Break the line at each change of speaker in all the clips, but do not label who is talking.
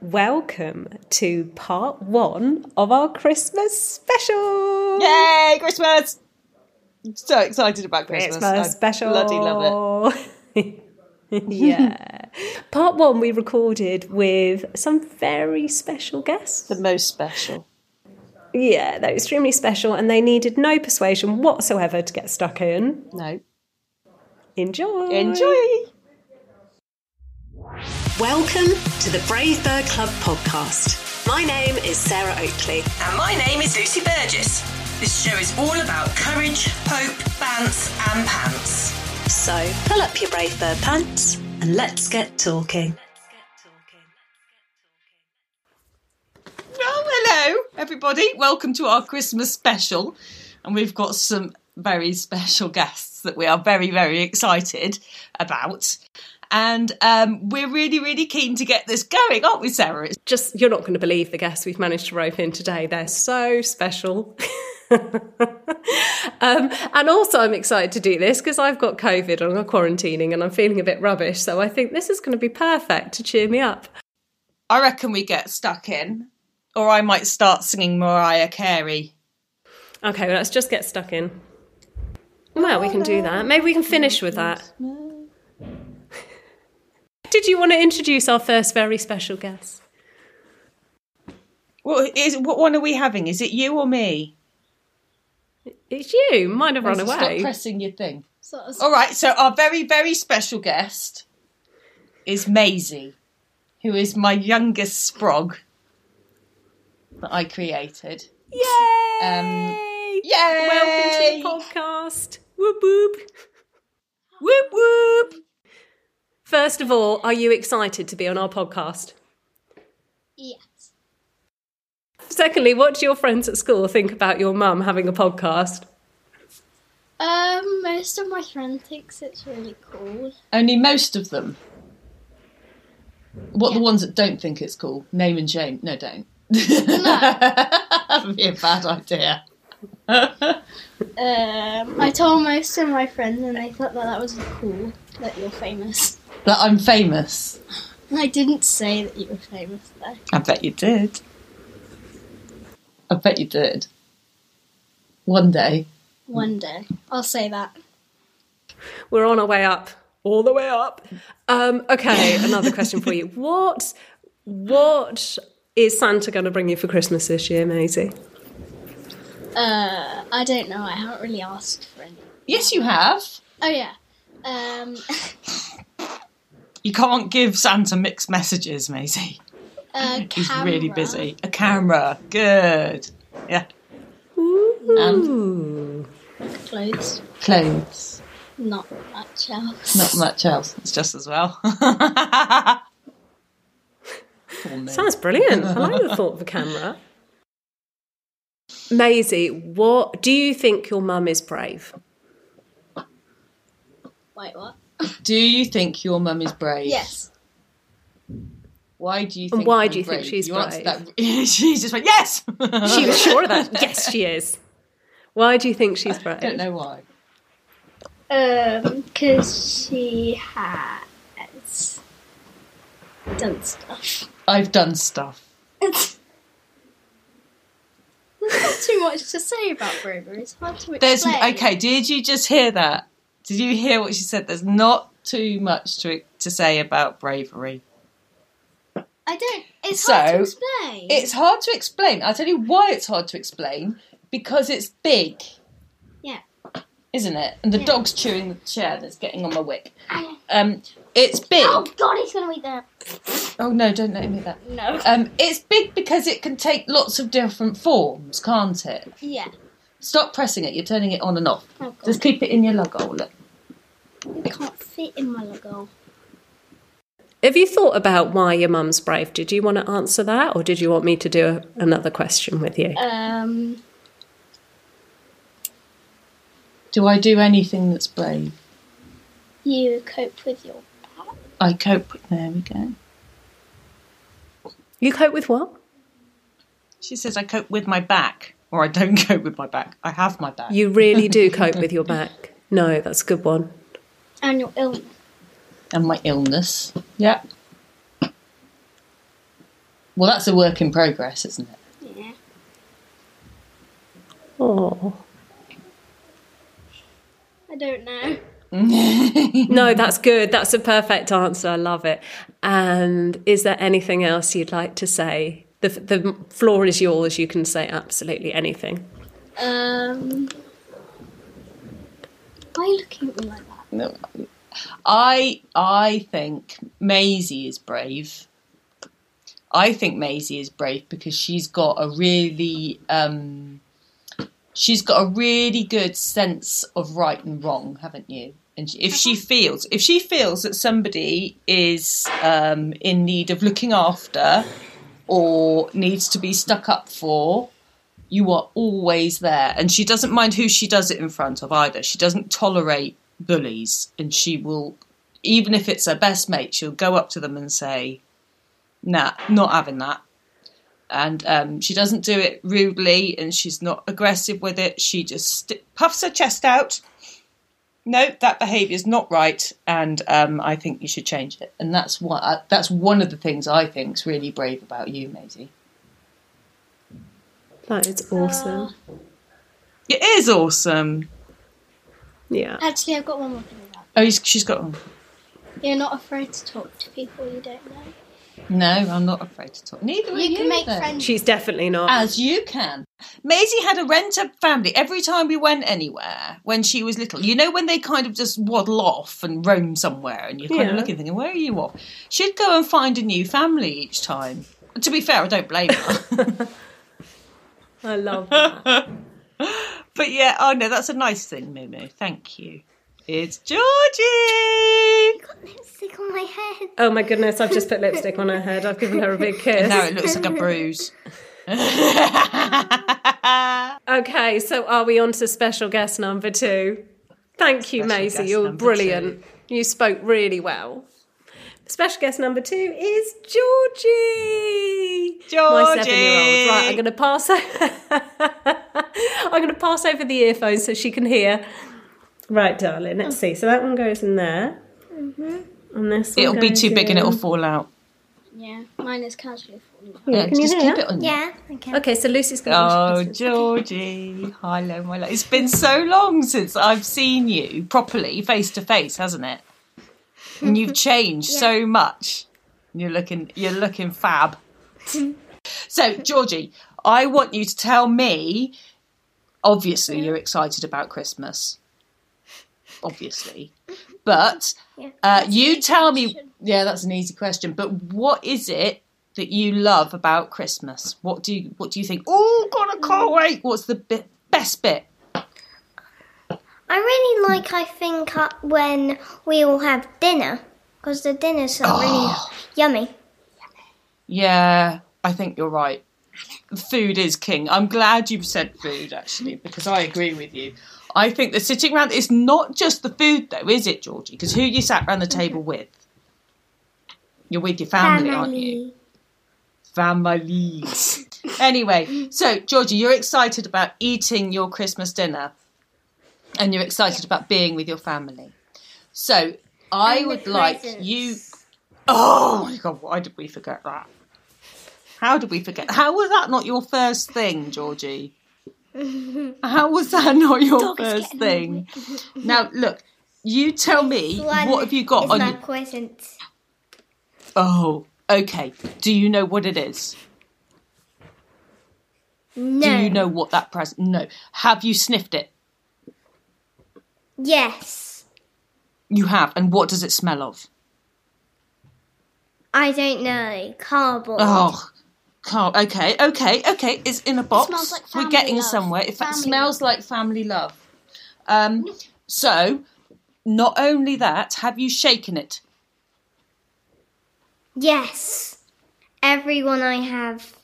Welcome to part one of our Christmas special.
Yay, Christmas! I'm so excited about Christmas.
Christmas
I
special.
Bloody love
it. yeah. Part one we recorded with some very special guests.
it. The most special.
Yeah, they're extremely special and they needed no persuasion whatsoever to get stuck in.
No.
Enjoy.
Enjoy!
Welcome to the Brave Bird Club podcast. My name is Sarah Oakley.
And my name is Lucy Burgess. This show is all about courage, hope, bants, and pants.
So pull up your Brave Bird pants and let's get talking.
Oh, hello, everybody. Welcome to our Christmas special. And we've got some very special guests that we are very, very excited about. And um, we're really, really keen to get this going, aren't we, Sarah? It's
Just, you're not going to believe the guests we've managed to rope in today. They're so special. um, and also, I'm excited to do this because I've got COVID and I'm quarantining and I'm feeling a bit rubbish. So I think this is going to be perfect to cheer me up.
I reckon we get stuck in, or I might start singing Mariah Carey.
Okay, well, let's just get stuck in. Well, we can do that. Maybe we can finish with that. Did you want to introduce our first very special guest?
Well, is what one are we having? Is it you or me?
It's you. Mine have run away.
pressing your thing. All right. So our very very special guest is Maisie, who is my youngest sprog that I created.
Yay!
Um, yay!
Welcome to the podcast. Whoop whoop.
Whoop whoop.
First of all, are you excited to be on our podcast?
Yes.
Secondly, what do your friends at school think about your mum having a podcast?
Um, most of my friends thinks it's really cool.
Only most of them. What the ones that don't think it's cool? Name and shame. No, don't. that would be a bad idea.
Um, I told most of my friends, and they thought that that was cool that you're famous.
That I'm famous.
I didn't say that you were famous though.
I bet you did. I bet you did. One day.
One day I'll say that.
We're on our way up, all the way up. Um, okay, another question for you. What what is Santa going to bring you for Christmas this year, Maisie?
Uh, I don't know. I haven't really asked for any.
Yes, you have.
Oh yeah. Um,
You can't give Santa mixed messages, Maisie.
a uh, camera.
He's really busy. A camera. Good. Yeah.
Clothes.
Clothes.
Not much else.
Not much else. It's just as well.
Sounds brilliant. I like the thought of a camera. Maisie, what do you think your mum is brave?
Wait, what?
do you think your mum is brave?
Yes.
Why do you think
And why
I'm
do you think
brave?
she's
You answered
brave?
That... she just went, yes! I
She was sure of that. Yes, she is. Why do you think she's
don't
brave?
know why.
Um, because she has done stuff.
I've done stuff.
There's not too much to say about bravery. It's hard to explain.
There's okay. Did you just hear that? Did you hear what she said? There's not too much to to say about bravery.
I don't. It's
So,
hard to explain.
It's hard to explain. I'll tell you why it's hard to explain because it's big,
yeah.
isn't it? And the
Yeah.
dog's chewing the chair that's getting on my wick. Um, it's big.
Oh
Oh,
God, he's gonna be there.
no! Don't let him hear that.
No.
Um, it's big because it can take lots of different forms, can't it?
Yeah.
Stop pressing it. You're turning it on and off.
Oh God,
Just keep it in your lug hole. Look.
it can't fit in my logo.
Have you thought about why your mum's brave? Did you want to answer that, or did you want me to do a, another question with you?
Um.
Do I do anything that's brave?
You cope with your.
I cope with. There we go.
You cope with what?
She says, I cope with my back, or I don't cope with my back. I have my back.
You really do cope with your back. No, that's a good one.
And your illness.
and my illness. Yeah. Well, that's a work in progress, isn't it?
Yeah.
Oh.
I don't know.
No, that's good. That's a perfect answer. I love it. And is there anything else you'd like to say? The, the floor is yours. You can say absolutely anything.
Um. Why are you looking at me like that?
No. I I think Maisie is brave. I think Maisie is brave because she's got a really um, she's got a really good sense of right and wrong, haven't you? And she- if she feels if she feels that somebody is um, in need of looking after or needs to be stuck up for, you are always there. And she doesn't mind who she does it in front of either. She doesn't tolerate bullies. And she will, even if it's her best mate, she'll go up to them and say, nah, not having that. And um, she doesn't do it rudely and she's not aggressive with it. She just st- puffs her chest out. No, that behaviour is not right, and um, I think you should change it. And that's what I, that's one of the things I think's really brave about you, Maisie.
That is awesome.
Ah. It is awesome.
Yeah.
Actually, I've got one more thing about.
Oh, he's, she's got one.
You're not afraid to talk to people you don't know.
No, I'm not afraid to talk. Neither are
You can make
though.
friends.
She's definitely not.
As you can. Maisie had a renter family every time we went anywhere when she was little. You know, when they kind of just waddle off and roam somewhere and you're kind of
Yeah.
looking, thinking, where are you off? She'd go and find a new family each time. To be fair, I don't blame her.
I love that.
but yeah, oh no, that's a nice thing, Mumu. Thank you. It's Georgie!
Stick on my head.
Oh my goodness, I've just put lipstick on her head. I've given her a big kiss.
Now it looks like a bruise.
Okay, so are we on to special guest number two? Thank you, Maisie.
guest
You're
number
brilliant. You spoke really well. Special guest number two is Georgie. My
Georgie.
seven-year-old. Right, I'm going to pass. I'm going to pass over the earphones so she can hear. Right, darling. Let's see. So that one goes in there. And this one
Mm-hmm. It'll be
goes
too big and it'll
in-
fall out.
Yeah, mine is casually falling. out.
Yeah,
Can you
just
hear?
keep it on you.
Yeah, okay.
Okay, so Lucy's going.
Oh, Georgie. Hello, my love. It's been so long since I've seen you properly, face to face, hasn't it? And you've changed so much. You're looking you're looking fab. so, Georgie, I want you to tell me obviously you're excited about Christmas. Obviously. But uh, you tell me Yeah, that's an easy question. But what is it that you love about Christmas? What do you What do you think? Oh God, I can't wait! What's the bit, best bit?
I really like, I think, uh, when we all have dinner because the dinners are
Ah,
really yummy.
Yeah, I think you're right. Food is king. I'm glad you've said food actually because I agree with you. I think the sitting round it's not just the food though, is it, Georgie? Because who you sat round the table with? You're with your family, aren't you? Families. anyway, so Georgie, you're excited about eating your Christmas dinner, and you're excited about being with your family. So I
And the
would like
presents.
you. Oh my god! Why did we forget that? How did we forget? How was that not your first thing, Georgie? How was that not your first thing? now look, you tell me
One
what have you got
is
on
my
your-
present?
Oh, okay. Do you know what it is?
No.
Do you know what that present? No. Have you sniffed it?
Yes.
You have. And what does it smell of?
I don't know. Cardboard.
Oh, can't. Okay, okay, okay. It's in a box.
smells like
We're
family
getting
love.
somewhere. It fa-
Family
smells like family love. Um, so, not only that, have you shaken it?
Yes. Everyone I have.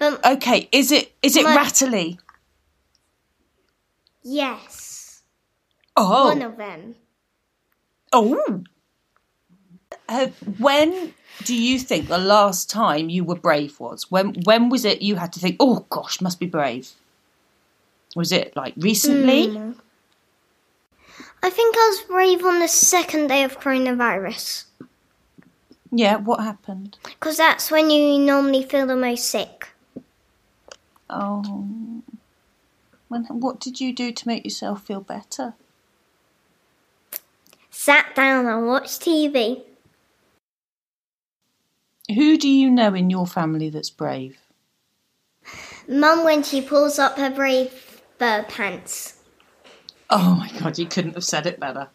But
Okay. Is it is it
My-
rattly?
yes.
Oh,
One of them.
Oh. Uh, when do you think the last time you were brave was? When when was it you had to think, oh gosh, must be brave? Was it like recently?
Hmm.
I think I was brave on the second day of coronavirus.
Yeah, what happened?
Because that's when you normally feel the most sick.
Oh. When, what did you do to make yourself feel better?
Sat down and watched TV.
Who do you know in your family that's brave?
Mum, when she pulls up her brave bird pants.
Oh my god, you couldn't have said it better.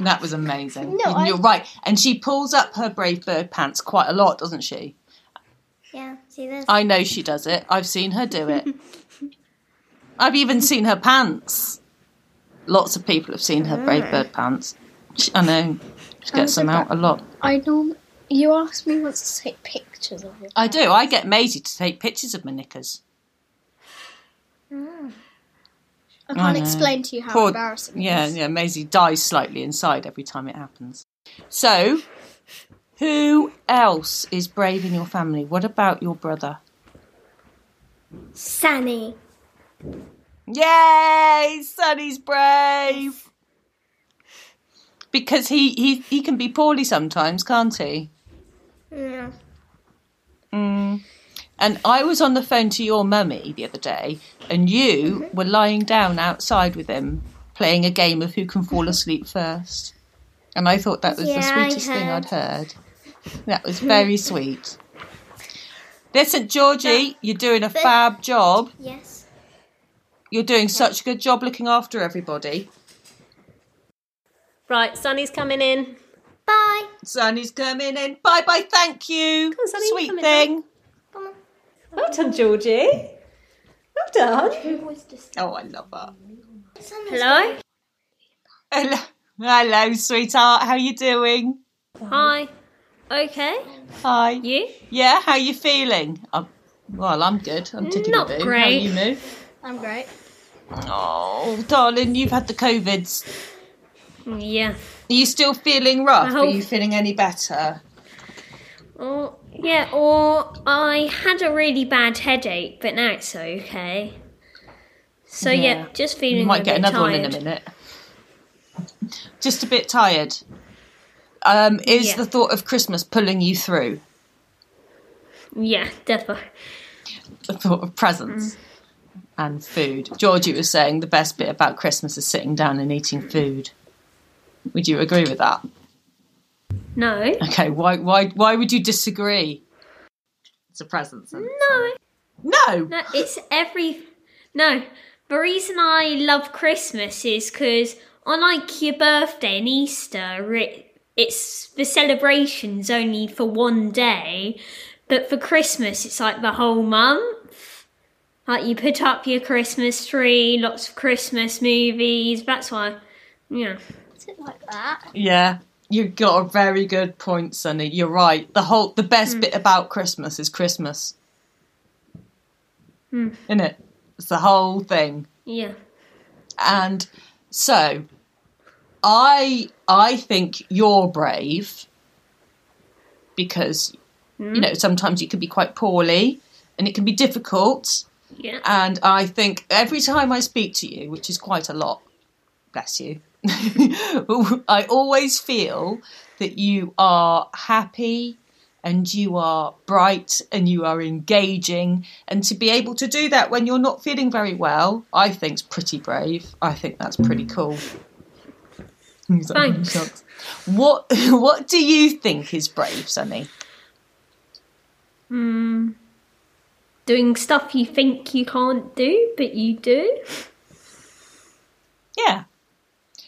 That was amazing.
No, I-
you're right. And she pulls up her brave bird pants quite a lot, doesn't she?
Yeah, see this?
I know she does it. I've seen her do it. I've even seen her pants. Lots of people have seen her brave bird pants. She, I know. She gets them out a lot.
I norm. You asked me once to take pictures of it.
I do. I get Maisie to take pictures of my knickers.
I
I
can't
know.
explain to you how
Poor-
embarrassing. it
Yeah,
is.
yeah. Maisie dies slightly inside every time it happens. So, who else is brave in your family? What about your brother?
Sunny.
Yay! Sonny's brave. Because he, he, he can be poorly sometimes, can't he?
Yeah.
And I was on the phone to your mummy the other day, and you were lying down outside with him playing a game of who can fall asleep first. And I thought that was
Yeah,
the
I
sweetest thing I'd heard. That was very sweet. Listen, Georgie, you're doing a fab job.
Yes.
You're doing such a good job looking after everybody.
Right, Sunny's coming in.
Bye.
Sunny's coming in. Bye bye, thank you.
on, Sunny,
Sweet
come in,
thing.
Well done, Georgie. Well done.
Oh, I love her.
Hello.
Hello, hello sweetheart. How you doing?
Hi. Okay.
Hi.
You?
Yeah, how you feeling? i well, I'm good. I'm tickety
Not
boo. How
great.
you Moo?
I'm great.
Oh, darling, you've had the COVIDs. Are
Yeah.
you still feeling rough?
I
Are
hope-
you feeling any better?
Or, yeah, or I had a really bad headache, but now it's okay. So yeah,
yeah,
just
You
feeling
might get another one in a minute. Just a bit tired. Um, is
Yeah.
the thought of Christmas pulling you through?
Yeah, definitely.
The thought of presents and food. Georgie was saying the best bit about Christmas is sitting down and eating food. Would you agree with that?
No,
Okay, why why why would you disagree? It's a present. son.
no,
No.
no. It's every no. The reason I love Christmas is because unlike your birthday and Easter, it, it's the celebrations only for one day, but for Christmas it's like the whole month. Like you put up your Christmas tree, lots of Christmas movies. That's why, yeah.
Is it like that?
Yeah. You've got a very good point, Sonny. You're right. The whole the best bit about Christmas is Christmas. Isn't it? It's the whole thing.
Yeah.
And so I I think you're brave because you know, sometimes you can be quite poorly and it can be difficult.
Yeah.
And I think every time I speak to you, which is quite a lot, bless you, I always feel that you are happy and you are bright and you are engaging. And to be able to do that when you're not feeling very well, I think's pretty brave. I think that's pretty cool. He's like,
Thanks.
"Shucks." What what do you think is brave, Sunny?
Hmm. Doing stuff you think you can't do, but you do.
Yeah.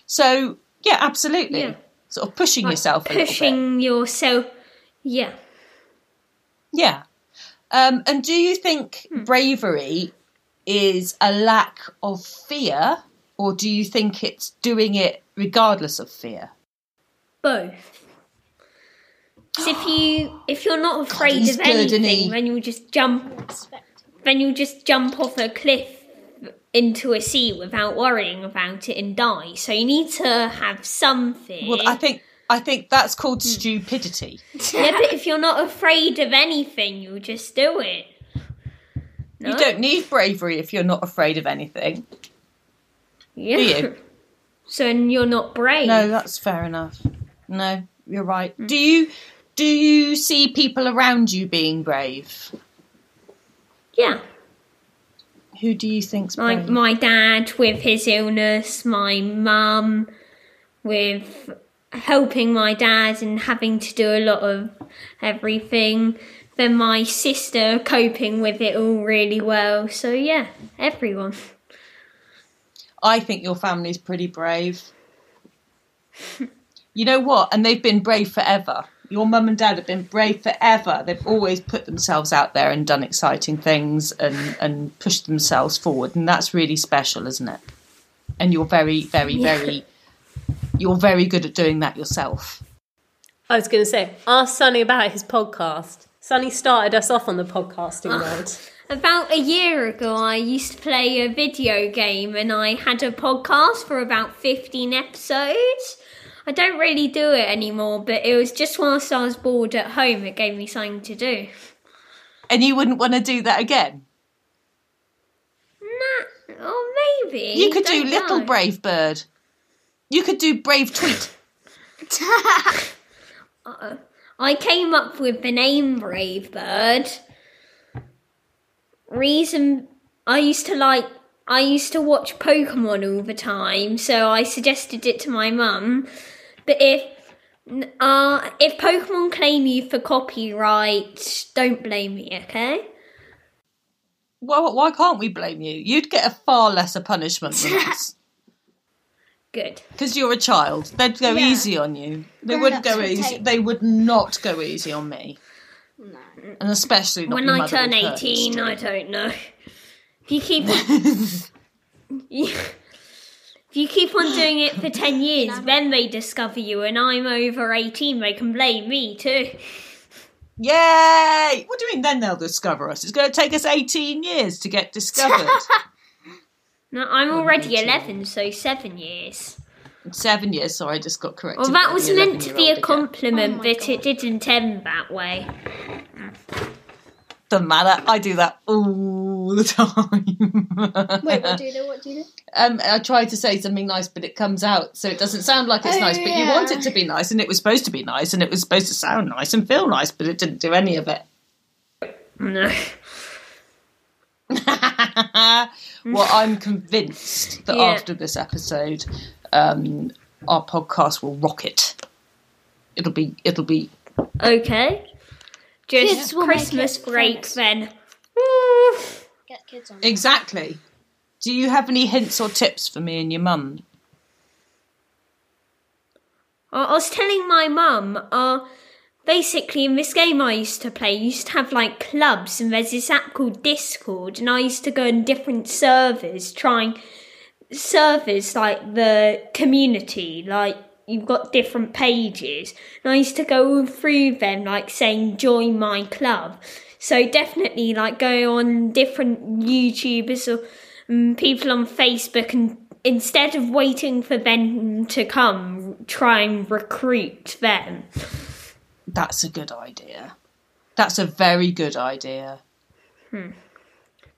So yeah, absolutely.
Yeah.
Sort of pushing yourself, a little bit.
Pushing yourself. Yeah.
Yeah. Um, and do you think bravery is a lack of fear, or do you think it's doing it regardless of fear?
both. 'Cause if you if you're not afraid
he's
of
good, isn't
anything,
he?
then you'll just jump. Then you'll just jump off a cliff into a sea without worrying about it and die. So you need to have something.
Well, I think I think that's called stupidity.
yeah, but if you're not afraid of anything, you'll just do it.
You don't need bravery if you're not afraid of anything,
Yeah.
do you?
So then you're not brave.
No, that's fair enough. No, you're right. Do you Do you see people around you being brave?
Yeah.
Who do you think's
My
brave?
my dad with his illness, my mum with helping my dad and having to do a lot of everything. Then my sister coping with it all really well. So yeah, everyone.
I think your family's pretty brave. you know what? And they've been brave forever. Your mum and dad have been brave forever. They've always put themselves out there and done exciting things and, and pushed themselves forward. And that's really special, isn't it? And you're very, very, very, you're very good at doing that yourself.
I was going to say, ask Sonny about his podcast. Sonny started us off on the podcasting world.
About a year ago, I used to play a video game and I had a podcast for about 15 episodes. I don't really do it anymore, but it was just whilst I was bored at home, it gave me something to do.
And you wouldn't want to do that again.
Nah, or oh, maybe.
You could do
don't
Little
know.
Brave Bird. You could do Brave Tweet.
I came up with the name Brave Bird. Reason I used to like I used to watch Pokemon all the time, so I suggested it to my mum. But if uh, if Pokemon claim you for copyright, don't blame me, okay?
Well, why can't we blame you? You'd get a far lesser punishment than us.
Good.
Because you're a child, they'd go
Yeah.
easy on you. They
Grown
wouldn't
ups
go
would
easy.
take-
They would not go easy on me. No. And especially not
when
your
I
mother
turn
with hers.
18, I don't know. If you keep if you keep on doing it for 10 years, then they discover you and I'm over 18, they can blame me too.
Yay! What do you mean? Then they'll discover us. It's going to take us 18 years to get discovered.
No, I'm already 11, so 7 years.
Seven years. Sorry, I just got corrected.
Well, that
by
was
the
meant to be a
11-year-old again.
Oh
compliment, but it didn't end that way.
Doesn't matter. I do that all the time.
Wait, what do you do? What do you do?
um, I try to say something nice, but it comes out, so it doesn't sound like it's
Oh,
nice. But you
yeah.
want it to be nice, and it was supposed to be nice, and it was supposed to sound nice and feel nice, but it didn't do any of it.
No.
well, I'm convinced that
Yeah.
after this episode, um, our podcast will rocket. It'll be it'll be
Okay. Just
Kids will make
Christmas
it
break
famous.
then.
Get kids on.
exactly. Do you have any hints or tips for me and your mum?
I I was telling my mum, uh, basically in this game I used to play, you used to have like clubs, and there's this app called Discord, and I used to go in different servers trying servers like the community, like you've got different pages, and I used to go all through them, like saying join my club. So definitely, like go on different YouTubers or um, people on Facebook, and instead of waiting for them to come, try and recruit them.
That's a good idea. That's a very good idea.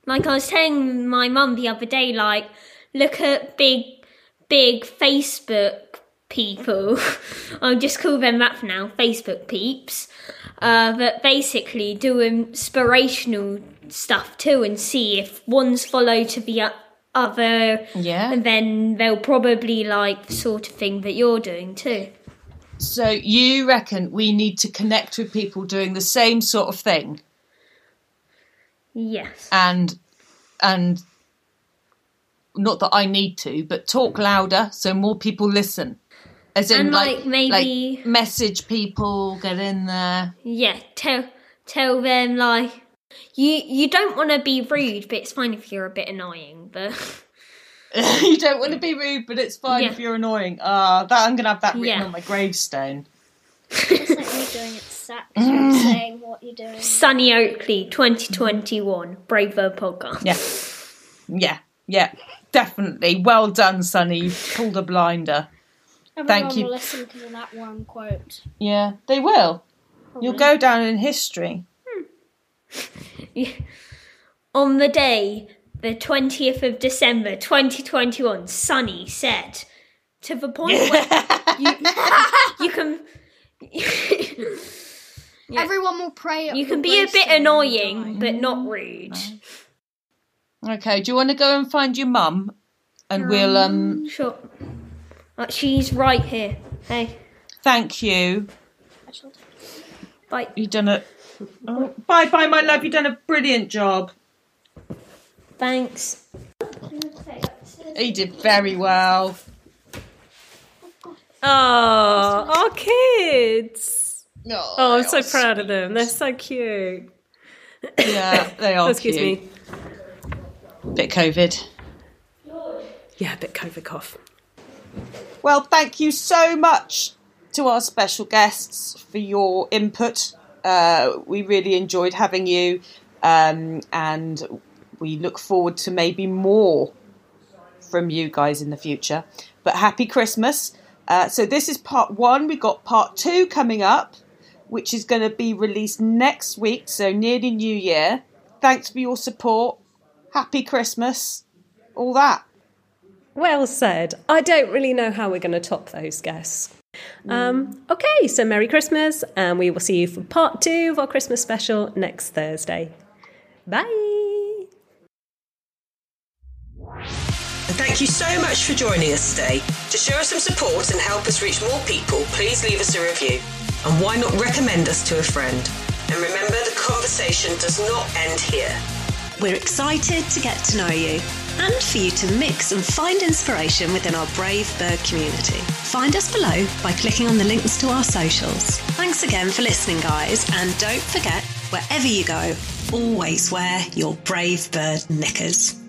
Like I was telling my mum the other day, like look at big, big Facebook people. I'll just call them that for now, Facebook peeps. Uh, that basically do inspirational stuff too, and see if one's follow to the o- other,
Yeah.
and then they'll probably like the sort of thing that you're doing too.
So you reckon we need to connect with people doing the same sort of thing
Yes.
and and not that I need to, but talk louder so more people listen. As in,
And,
like,
like, maybe-
like, message people, get in there.
Yeah, tell tell them like you you don't want to be rude, but it's fine if you're a bit annoying. But
you don't want to be rude, but it's fine
Yeah.
if you're annoying. Ah, that I'm gonna have that written
Yeah.
on my gravestone.
It's like me doing it sack
Mm.
saying what you're doing.
Sunny Oakley 2021 Braver podcast.
Yeah, yeah, yeah, definitely. Well done, Sonny. You've pulled a blinder.
Everyone
Thank you.
will listen because of that one quote.
Yeah, they will. You'll go down in history.
On the day, the 20th of December 2021, Sunny said to the point where you, you can
Everyone will pray. at
You
the
can be a
roast
bit
and then
annoying,
die.
but not rude.
Okay, do you want to go and find your mum? And we'll um
Sure. Uh, she's right here. Hey,
thank you.
bye.
You've done a oh, bye bye my love, you've done a brilliant job.
Thanks.
He did very well.
Oh, our kids.
Oh,
Oh, I'm so proud of them. They're so cute.
Yeah, Uh, they are.
Excuse
cute.
me.
Bit COVID.
Yeah, a bit COVID cough.
Well, thank you so much to our special guests for your input. Uh, we really enjoyed having you, um, and we look forward to maybe more from you guys in the future. But happy Christmas. Uh, so, this is part one. We've got part two coming up, which is going to be released next week, so nearly New Year. Thanks for your support. Happy Christmas. All that.
Well said. I don't really know how we're going to top those guests. Um, okay, so Merry Christmas, and we will see you for part two of our Christmas special next Thursday. Bye.
And thank you so much for joining us today. To show us some support and help us reach more people, please leave us a review. And why not recommend us to a friend? And remember, the conversation does not end here.
We're excited to get to know you and for you to mix and find inspiration within our Brave Bird community. Find us below by clicking on the links to our socials. Thanks again for listening, guys, and don't forget wherever you go, always wear your Brave Bird knickers.